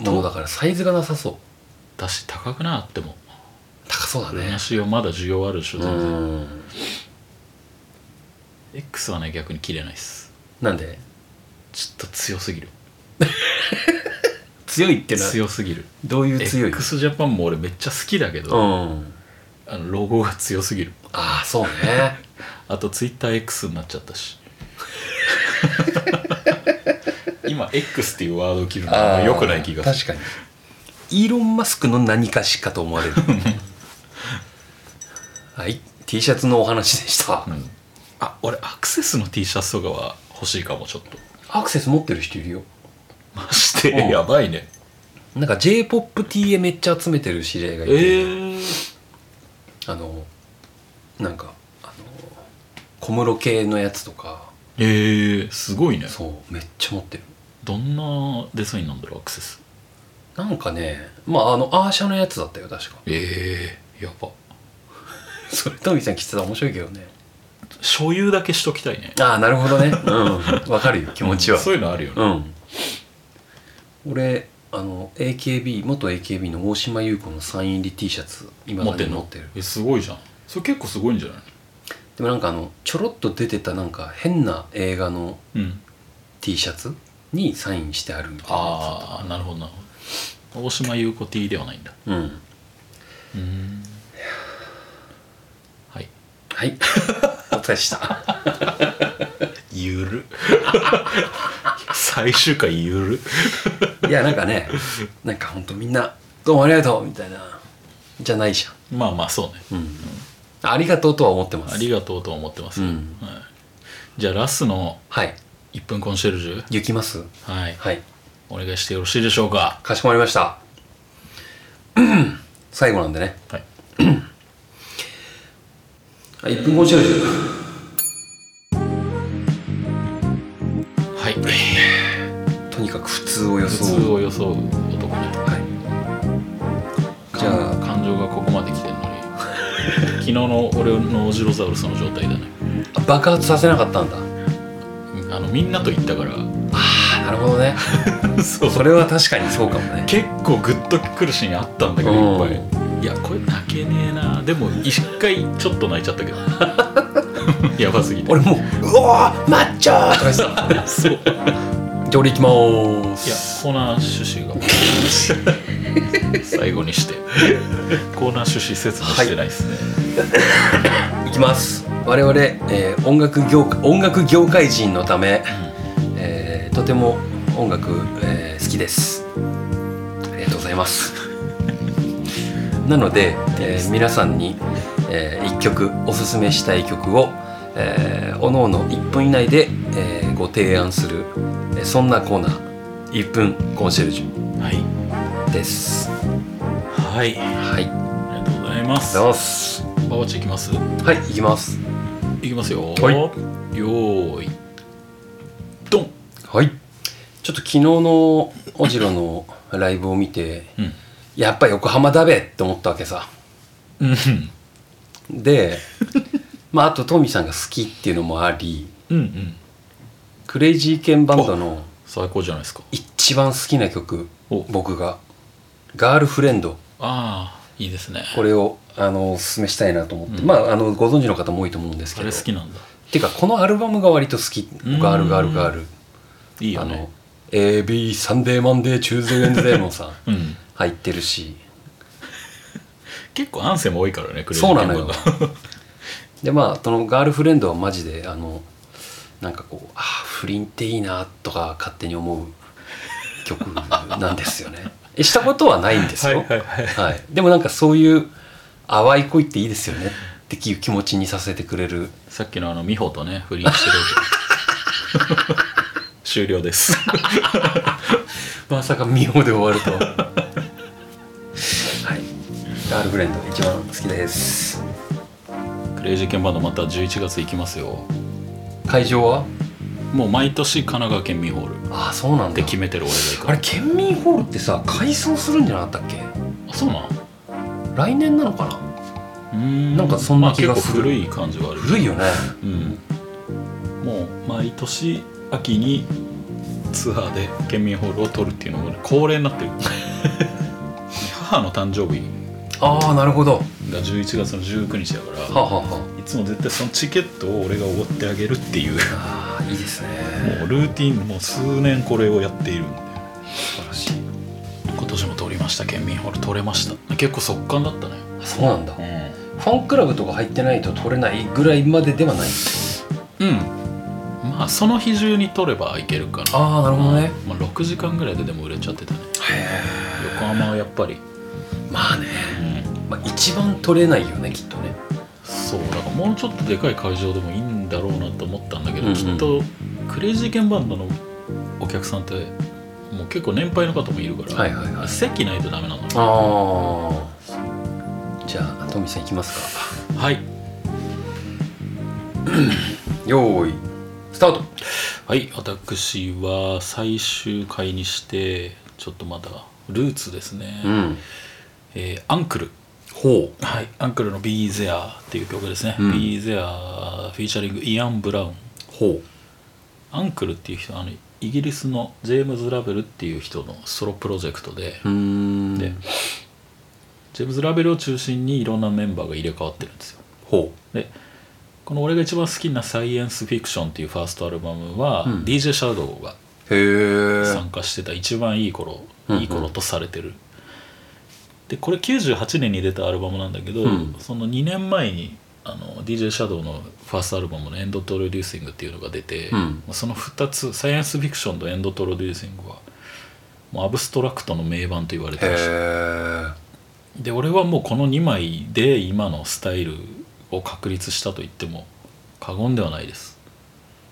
B: ものだからサイズがなさそう
A: だし高くなあっても
B: 高そうだ
A: ル
B: ね
A: ナシオまだ需要あるでしょ
B: う
A: 全然
B: ーん
A: X はね逆に着れないっす
B: なんで
A: ちょっと強すぎる
B: 強いってのは
A: 強すぎる
B: どういう強い
A: x ジャパンも俺めっちゃ好きだけ
B: う
A: ど、
B: ん
A: あのロゴが強すぎる
B: ああそう ね
A: あと TwitterX になっちゃった し今 X っていうワードを切るのは良くない気がする
B: 確かにイーロン・マスクの何かしかと 思われるはい T シャツのお話でした、
A: うんあ俺アクセスの T シャツとかは欲しいかもちょっと
B: アクセス持ってる人いるよ
A: まして
B: うん
A: やばいね
B: なんか j p o p t めっちゃ集めてる知り合いがい
A: え
B: て、
A: ー、
B: あのなんかあの小室系のやつとか
A: えー、すごいね
B: そうめっちゃ持ってる
A: どんなデザインなんだろうアクセス
B: なんかねまああのアーシャのやつだったよ 確か
A: ええやば
B: それトミーさん着てたら面白いけどね
A: 所有だけしときたいね
B: ああなるほどねうん わかるよ気持ちは
A: そういうのあるよね、
B: うん俺あの AKB 元 AKB の大島優子のサイン入り T シャツ今
A: 持っ
B: ま
A: て
B: で
A: ん
B: 持
A: の
B: ってる
A: えすごいじゃんそれ結構すごいんじゃない
B: でもなんかあのちょろっと出てたなんか変な映画の
A: うん、
B: T シャツにサインしてあるみたいなやつだっ
A: ああなるほどなるほど大島優子 T ではないんだ
B: たうん
A: うんはい
B: はい お疲れっした
A: ゆる久最終回言うる
B: いやなんかねなんかほんとみんな「どうもありがとう」みたいなじゃないじ
A: まあまあそうね
B: ゃん、うんありがとうとは思ってます
A: ありがとうとは思ってます、
B: うん
A: はい、じゃあラスの
B: はい
A: 1分コンシェルジュ
B: 行きます
A: はい、
B: はい
A: お願いしてよろしいでしょうか
B: かしこまりました 最後なんでね
A: はい
B: 1分コンシェルジュ
A: はい
B: とにかく普通を予
A: 普
B: 想
A: 通を装う男ね
B: はいじゃあ
A: 感感情がここまで来てるのに昨日の俺のオジロザウルスの状態だね
B: あ爆発させなかったんだ
A: うんあのみんなと言ったから
B: あなるほどね
A: そう
B: それは確かにそうかもね
A: 結構グッとくるシーンあったんだけど
B: うん
A: いっぱいいやこれ泣けねえなでも一回ちょっと泣いちゃったけ どやばすぎて
B: 俺もう「うわーマッチョー!」とか言ってた
A: そういや
B: じゃあ俺行きまーす
A: コーナー趣旨が最後にしてコーナー趣旨説明してないですね、
B: いきます我々、えー音楽業音楽業界人のため、えーとても音楽、えー好きですありがとうございます なので、えー皆さんに、え1曲おすすめしたい曲を、えー、おのおの1分以内で、えーご提案する、えーそんなコーナー1分コンシェルジュ
A: はい
B: ですは
A: は
B: い
A: いあ
B: ありが
A: りがと
B: とう
A: うございま
B: ご
A: す
B: ざいます
A: ババチいきます
B: はい行きます
A: いきますよ、
B: はい
A: よーいドン
B: はいちょっと昨日のオジロのライブを見て
A: うん
B: やっぱ横浜だべって思ったわけさ
A: うん
B: でまああとトミーさんが好きっていうのもあり
A: うんうん
B: クレイジーケンバンドの
A: 最高じゃないですか
B: 一番好きな曲
A: お
B: 僕が「ガールフレンド
A: ああいいですね」
B: これをあのおすすめしたいなと思って、
A: うん
B: まああのご存知の方も多いと思うんです
A: あ
B: けど
A: れ好きなんだ
B: てかこのアルバムが割と好き「
A: ん
B: ガールガールガール」
A: いい
B: あ
A: よね
B: の AB サンデーマンデーチューズデーウェンズデーもさ
A: うん
B: 入ってるし
A: 結構アンセム多いからねクレイジ
B: そう
A: ー
B: な
A: ケンバ
B: の
A: ンド
B: よでまあそのガールフレンドはマジであのなんかこうあー不倫っていいなとか勝手に思う曲なんですよね えしたことはないんですよ
A: はいはいはい
B: はいでもなんかそういう淡い恋っていいですよねっていう気持ちにさせてくれる
A: さっきのあの美穂とね不倫してる 終了です
B: まさか見ようで終わると ははいガールフレンド一番好きです
A: クレイジーケンバンドまた11月行きますよ
B: 会場は
A: もう毎年神奈川県ミホールっ
B: ああそうなんだ
A: て決めてる俺が行く
B: あれ県民ホールってさ改装するんじゃなかったっけ
A: あそうなんう
B: 来年なのかな
A: ーん
B: なんかそんな気がす
A: まあ、結構
B: る
A: 古い感じはある
B: 古いよね
A: うん、もう毎年秋にツアーで県民ホールを取るっていうのも、ね、恒例にな ってる母の誕生日
B: ああなるほどは
A: が11月の19日だから、
B: あ、はあはい
A: つも絶対そのチケットを俺がおごってあげるって いう
B: あ、ああいいですね
A: もうルーティンもう数年これをやっているんで
B: 素晴らしい
A: 今年も取りました県民ホール取れました結構速乾だったね
B: あそうなんだファンクラブとか入ってないと取れないぐらいまでではない
A: うん、まあその日中に取ればいけるかな
B: ああなる
A: まあ、6時間ぐらいででも売れちゃってたね
B: へ
A: 横浜はやっぱり、
B: えまあね、まあ、一番取れないよねきっとね
A: そうだからもうちょっとでかい会場でもいいんだろうなと思ったんだけど、
B: うんうん
A: きっとクレイジーケンバンドのお客さんってもう結構年配の方もいるから、
B: はいはいはい
A: 席ないとダメなの
B: ああじゃあトミーさんいきますか
A: はい
B: よーいスタート
A: はい私は最終回にしてちょっとまだルーツですね、
B: ん
A: えーアンクル
B: ほう
A: はいアンクルの「ビーゼアーっていう曲ですね「
B: うん
A: ビーゼアーフィーチャリングイアン・ブラウン
B: ほ
A: アンクルっていう人あのイギリスのジェームズ・ラベルっていう人のソロプロジェクトで、
B: ううーん
A: でジェームズ・ラベルを中心にいろんなメンバーが入れ替わってるんですよ
B: ほ
A: でこの俺が一番好きな「サイエンス・フィクション」っていうファーストアルバムは、
B: うん
A: DJ シャドウが
B: うへえ
A: 参加してた一番いい頃、
B: うんうん
A: いい頃とされてるでこれ98年に出たアルバムなんだけど、
B: うん
A: その2年前にあの DJ シャドウのファーストアルバムの「エンドトロデューシング」っていうのが出て、
B: うん
A: まあその2つサイエンスフィクションとエンドトロデューシングはもうアブストラクトの名盤と言われてました
B: へ
A: で俺はもうこの2枚で今のスタイルを確立したと言っても過言ではないです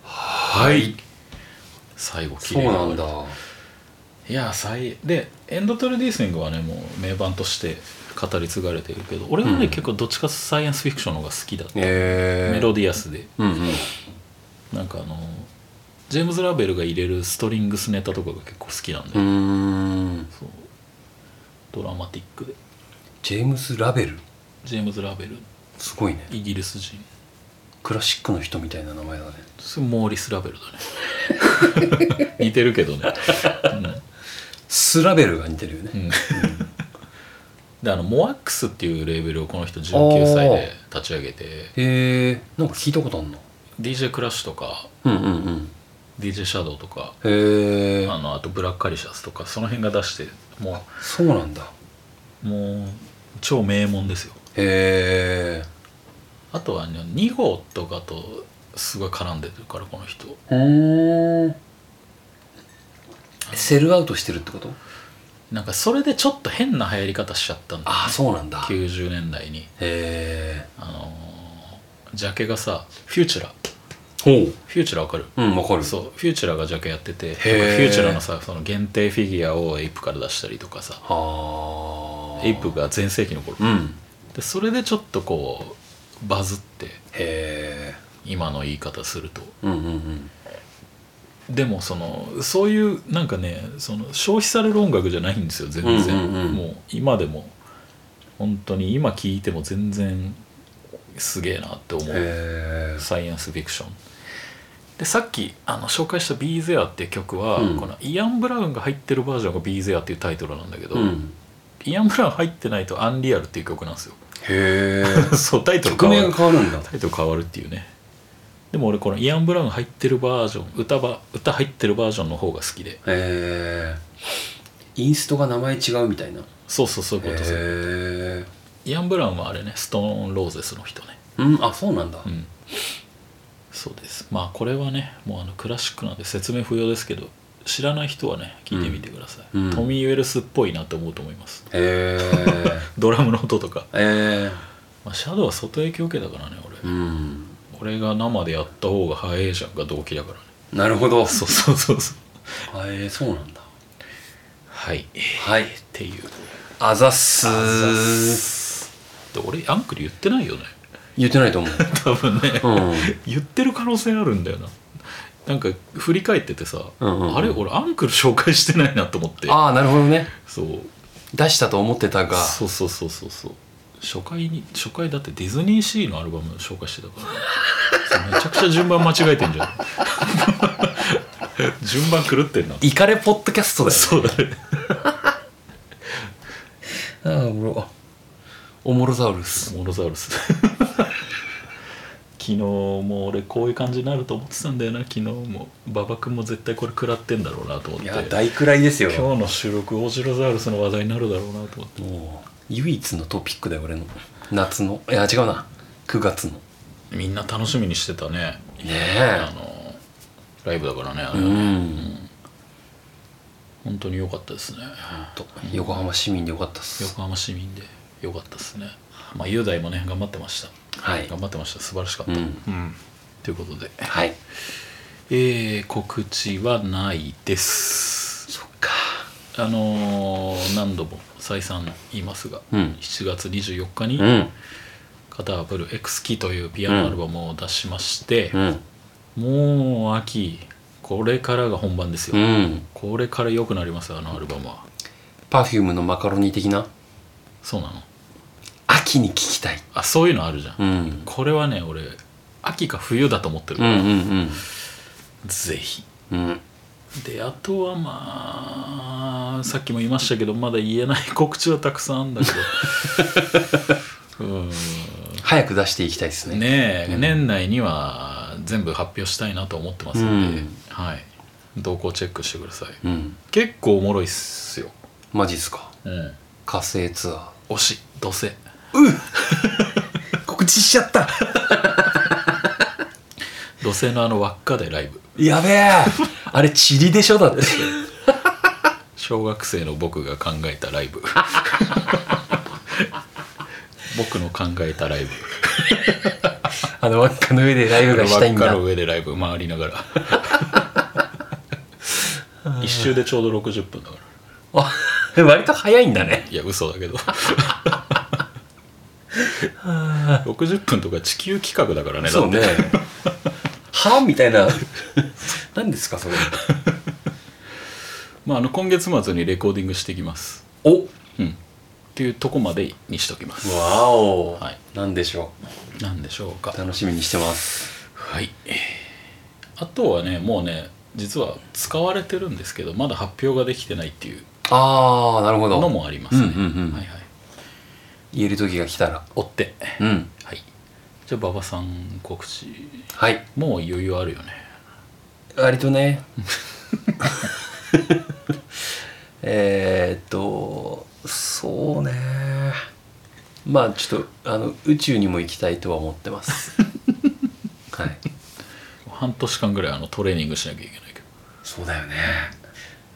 B: は
A: 最後
B: そうなんだう
A: いや最でエンドトロデューシングはねもう名盤として語り継がれているけど俺はね、
B: うん
A: 結構どっちかというとサイエンスフィクションの方が好きだった、
B: へえ
A: メロディアスで
B: うんうん
A: なんかあのジェームズ・ラベルが入れるストリングスネタとかが結構好きなんで、
B: うーん
A: そうドラマティックで
B: ジェームス・ラベル
A: ジェームズ・ラベル
B: すごいね
A: イギリス人
B: クラシックの人みたいな名前だね
A: それモーリス・ラベルだ ね似てるけどね、
B: スラベルが似てるよね、
A: うんうんであのモアックスっていうレーベルをこの人19歳で立ち上げて
B: へえんか聞いたことあんの
A: DJ クラッシュとか
B: うんうんうん
A: DJ シャドウとか
B: へえ
A: あのあとブラックカリシャスとかその辺が出しても
B: そうなんだ
A: うもう超名門ですよ
B: へえ
A: あとは、ね、2号とかとすごい絡んでるからこの人
B: うんセルアウトしてるってこと
A: なんかそれでちょっと変な流行り方しちゃったんだよね
B: ああそうなんだへ
A: 90年代に
B: え
A: あのージャケがさフューチュラ
B: ほう
A: フューチュラわかる
B: うんわかる
A: そう
B: う
A: フューチュラがジャケやっててなんかフ
B: ー
A: ューチュラのさその限定フィギュアをエイプから出したりとかさ
B: はあ
A: エイプが全盛期の頃
B: うん
A: でそれでちょっとこうバズって
B: へえ
A: 今の言い方すると
B: うんうんうん
A: でもそのそういうなんかねその消費される音楽じゃないんですよ全然、
B: うんうんうん
A: もう今でも本当に今聴いても全然すげえなって思う
B: へえ
A: サイエンスフィクションでさっきあの紹介した「b ゼアっていう曲は、
B: うん
A: このイアン・ブラウンが入ってるバージョンが「b ゼアっていうタイトルなんだけど、
B: うん
A: イアン・ブラウン入ってないと「アンリアル」っていう曲なんですよ
B: へえ
A: そうタイトル
B: 曲
A: 変わ
B: 名が
A: る
B: 変わるんだ
A: タイトル変わるっていうねでも俺このイアン・ブラウン入ってるバージョン歌ば歌入ってるバージョンの方が好きで
B: へえインストが名前違うみたいなへ
A: そうそうそういうことです
B: え
A: イアン・ブラウンはあれねストーン・ローゼスの人ね
B: うんあそうなんだ
A: うんそうですまあこれはねもうあのクラシックなんで説明不要ですけど知らない人はね聞いてみてください、
B: うんうん
A: トミー・ウェルスっぽいなと思うと思います
B: へ
A: ドラムの音とか、
B: え へえ
A: まあ、シャドウは外影響受けたからね俺、
B: うん
A: 俺が生でやった方が早いじゃんが動機だからね
B: なるほど
A: そうそうそうそう
B: はいそうなんだ
A: はいっ
B: はい
A: ていう
B: あざっす
A: で俺アンクル言ってないよね
B: 言ってないと思う
A: 多分ね
B: うん
A: 言ってる可能性あるんだよななんか振り返っててさ、
B: うんうんうん
A: あれ俺アンクル紹介してないなと思って
B: ああなるほどね
A: そう
B: 出したと思ってたが
A: そうそうそうそうそう初回に初回だってディズニーシーのアルバム紹介してたから、 めちゃくちゃ順番間違えてんじゃん 順番狂ってんな
B: イカレポッドキャストだよ
A: そうだね
B: あーおもろあオモロザウルス
A: モロザウルス 昨日もう俺こういう感じになると思ってたんだよな昨日も馬場君も絶対これ食らってんだろうなと思って
B: 大くらいですよ
A: 今日の収録オジロザウルスの話題になるだろうなと思って
B: もう唯一のトピックだよ俺の夏のいや違うな9月の
A: みんな楽しみにしてたね
B: ね
A: あ
B: え
A: のライブだからねあ
B: う
A: れはね
B: ん
A: 本当に良かったですね
B: と横浜市民でよかったっす
A: 横浜市民で良かったですねまあ雄大もね頑張ってました
B: はい
A: 頑張ってました素晴らしかった、
B: うん
A: ということで
B: はい
A: えー、告知はないです
B: そっか
A: あのー何度も再三言いますが、
B: うん
A: 7月24日に
B: うん
A: カターブル X キーというピアノアルバムを出しまして
B: う、ん
A: もう秋これからが本番ですよ、
B: うん
A: これから良くなりますよあのアルバムは
B: パフュームのマカロニ的な
A: そうなの
B: 秋に聞きたい
A: あそういうのあるじゃん、
B: うん
A: これはね俺秋か冬だと思ってる
B: う
A: から、
B: んうん
A: ぜひ
B: うんうん
A: であとはまあさっきも言いましたけどまだ言えない告知はたくさんあるんだけどう
B: 早く出していきたいです
A: ーん
B: ね
A: ねえ、
B: うん
A: 年内には全部発表したいなと思ってますので、
B: うん
A: はい動向チェックしてください
B: うん
A: 結構おもろいっすよ、
B: マジっすか
A: うん、
B: 火星ツア
A: 推しどうせ
B: ー告告知しちゃった
A: 土星のあの輪っかでライブ
B: やべ えあれチリでしょだって
A: 小学生の僕が考えたラ イブ僕の考えたライブ
B: あの輪っかの上でライブがしたいん
A: 輪っ
B: だ
A: かの上でライブ回り ながら一周でちょうど60分だから
B: あ 割と早いんだね
A: いや嘘だけど60分とか地球企画だからねだ
B: そう
A: って
B: ねはみたいな何ですかそれ
A: まあ、あの今月末にレコーディングしてきます、
B: おわ
A: うん、っていうとこまでにしときます
B: お、
A: はい
B: なんでしょ
A: なんでしょうか
B: う楽しみにしてます
A: はいあとはねもうね実は使われてるんですけどまだ発表ができてないっていう
B: ああなるほど
A: のもありますね、
B: うんうんうん
A: はいはい
B: 言える時が来たら
A: 追って
B: うん
A: はいじゃあ馬場さん告知
B: はい
A: もう余裕あるよね
B: 割と ねえーっとそうねまあちょっとあの宇宙にも行きたいとは思ってます はい
A: 半年間ぐらいあのトレーニングしなきゃいけないけど
B: そうだよね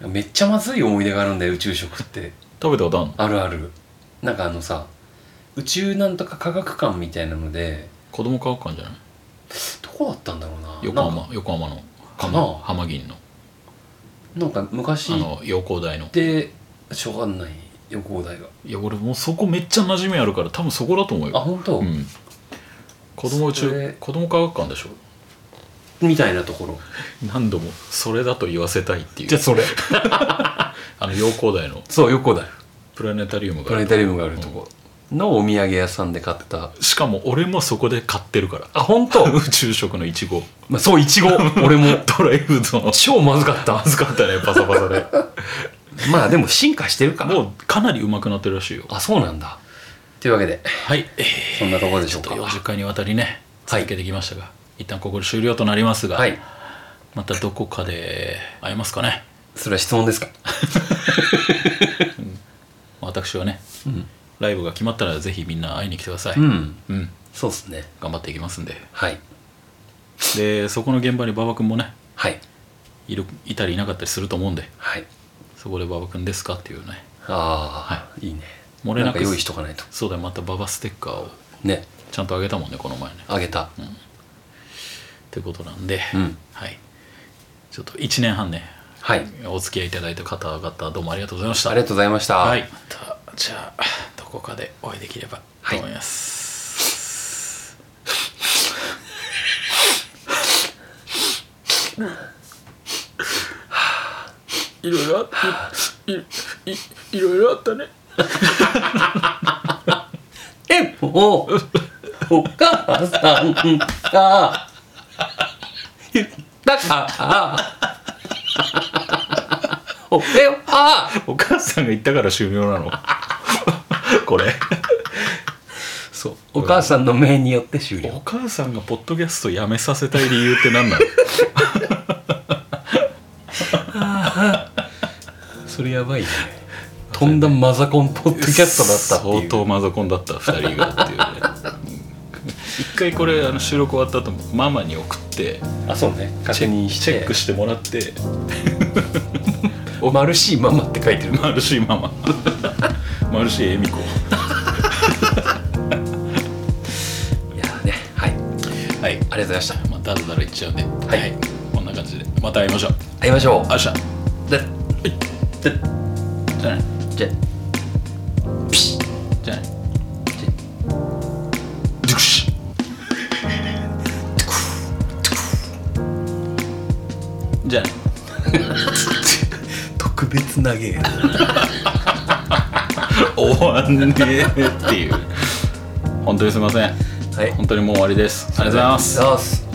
B: めっちゃまずい思い出があるんだよ宇宙食って
A: 食べたことあるの
B: あるあるなんかあのさ宇宙なんとか科学館みたいなので
A: 子供科学館じゃない
B: どこだったんだろうな
A: 横
B: なんか
A: 浜横浜の
B: かな
A: 浜銀の
B: なんか昔
A: あ
B: っ
A: の陽光台の
B: てしょうがない予行台が
A: いや俺もうそこめっちゃ馴染みあるから多分そこだと思う
B: あ
A: よ、
B: 本当、
A: うん、子供宇
B: それ
A: 宙子供科学館でしょ
B: みたいなところ
A: 何度もそれだと言わせたいっていう
B: それ
A: あの陽光台の
B: そう横だよ
A: プラネタリウム
B: プ
A: があ
B: ラネ
A: る
B: タリウムがあるとこのお土産屋さんで買った
A: しかも俺もそこで買ってるから
B: あ本当
A: 宇宙食のいちご
B: まあそういちご俺も
A: ドライフードの
B: 超まずかった
A: まずかったねパサパ サで
B: まあでも進化してるから
A: もうかなりうまくなってるらしいよ
B: あそうなんだというわけで
A: はいえー
B: そんなところでし
A: ち
B: ょ
A: ょっ
B: う
A: と
B: か
A: 40回にわたりね
B: はい
A: 続けてきましたが、一旦ここで終了となりますが、
B: はい
A: またどこかで会えますかね
B: それは質問ですか
A: 私はね
B: うん、
A: ライブが決まったらぜひみんな会いに来てください、
B: うん、
A: うん
B: そうっすね
A: 頑張っていきますんで
B: はい
A: でそこの現場に馬場君もね
B: はい
A: いるいたりいなかったりすると思うんで
B: はい
A: そこで馬場君ですかっていうね
B: ああ、い、いね
A: 漏れな
B: な
A: く
B: んか用意しとかないと
A: そうだよまた馬場ステッカーを
B: ね
A: ちゃんとあげたもんねこの前ね
B: あげた
A: ということなんで、
B: うん
A: はいちょっと1年半ね
B: はいあり
A: お付き合いいただいた方々どうもありがとうございました
B: がとうございました
A: はい、またじゃあどこかでお会いできればと思います、 い、ろいろあったいいいいろいろあったね
B: えおお母さんが言ったから俺は
A: お母さんが言ったから終了なの こ れ
B: そうお母さんの命によって終了
A: お母さんがポッドキャストやめさせたい理由って何なの
B: それやばいねとんだマザコンポッドキャストだったってい
A: 相
B: う
A: 当マゾコンだった2人がっていうね一回これあの収録終わった後ママに送って
B: あそうね確認して
A: チェックしてもらって
B: おマルシーママって書いてる
A: マルシーマママルシー恵美子
B: いやーねはいあ
A: は
B: り
A: い
B: がとうございました
A: まあだらだらいっちゃうんではいこんな感じでまた会いましょう
B: 会いましょう
A: 明日
B: でで
A: じゃあね
B: じゃピシッ
A: じゃあね
B: じ
A: ジュクシじゃあね
B: ゃ特別投げ
A: 終わんねえっていう本当にすいません
B: はい
A: 本当にもう終わりですありがとうございます
B: ありがとうございます